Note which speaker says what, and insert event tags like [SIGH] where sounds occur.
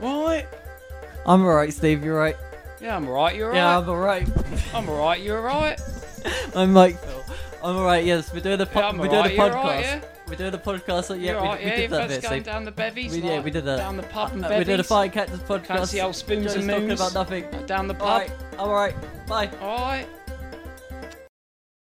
Speaker 1: Right?
Speaker 2: I'm alright, Steve. You're right.
Speaker 1: Yeah, I'm alright, you're
Speaker 2: Yeah,
Speaker 1: alright.
Speaker 2: I'm alright. [LAUGHS]
Speaker 1: I'm alright, you're alright.
Speaker 2: I'm Mike. Phil. I'm alright. Yes, we're doing the po-
Speaker 1: Yeah, I'm
Speaker 2: we're doing
Speaker 1: alright,
Speaker 2: the
Speaker 1: you're
Speaker 2: podcast.
Speaker 1: alright, yeah?
Speaker 2: We're doing the podcast. So yeah,
Speaker 1: you're
Speaker 2: we,
Speaker 1: alright,
Speaker 2: we
Speaker 1: yeah,
Speaker 2: did
Speaker 1: you're
Speaker 2: that
Speaker 1: first
Speaker 2: bit.
Speaker 1: going
Speaker 2: Steve.
Speaker 1: down the bevies.
Speaker 2: We, yeah,
Speaker 1: like,
Speaker 2: we did that.
Speaker 1: Down the pub and
Speaker 2: Uh,
Speaker 1: bevies.
Speaker 2: we did a fire cactus podcast.
Speaker 1: Fancy old spoons
Speaker 2: Joe's
Speaker 1: and
Speaker 2: talking
Speaker 1: moons.
Speaker 2: about nothing.
Speaker 1: Down the pub.
Speaker 2: Alright, I'm alright. Bye.
Speaker 1: Alright.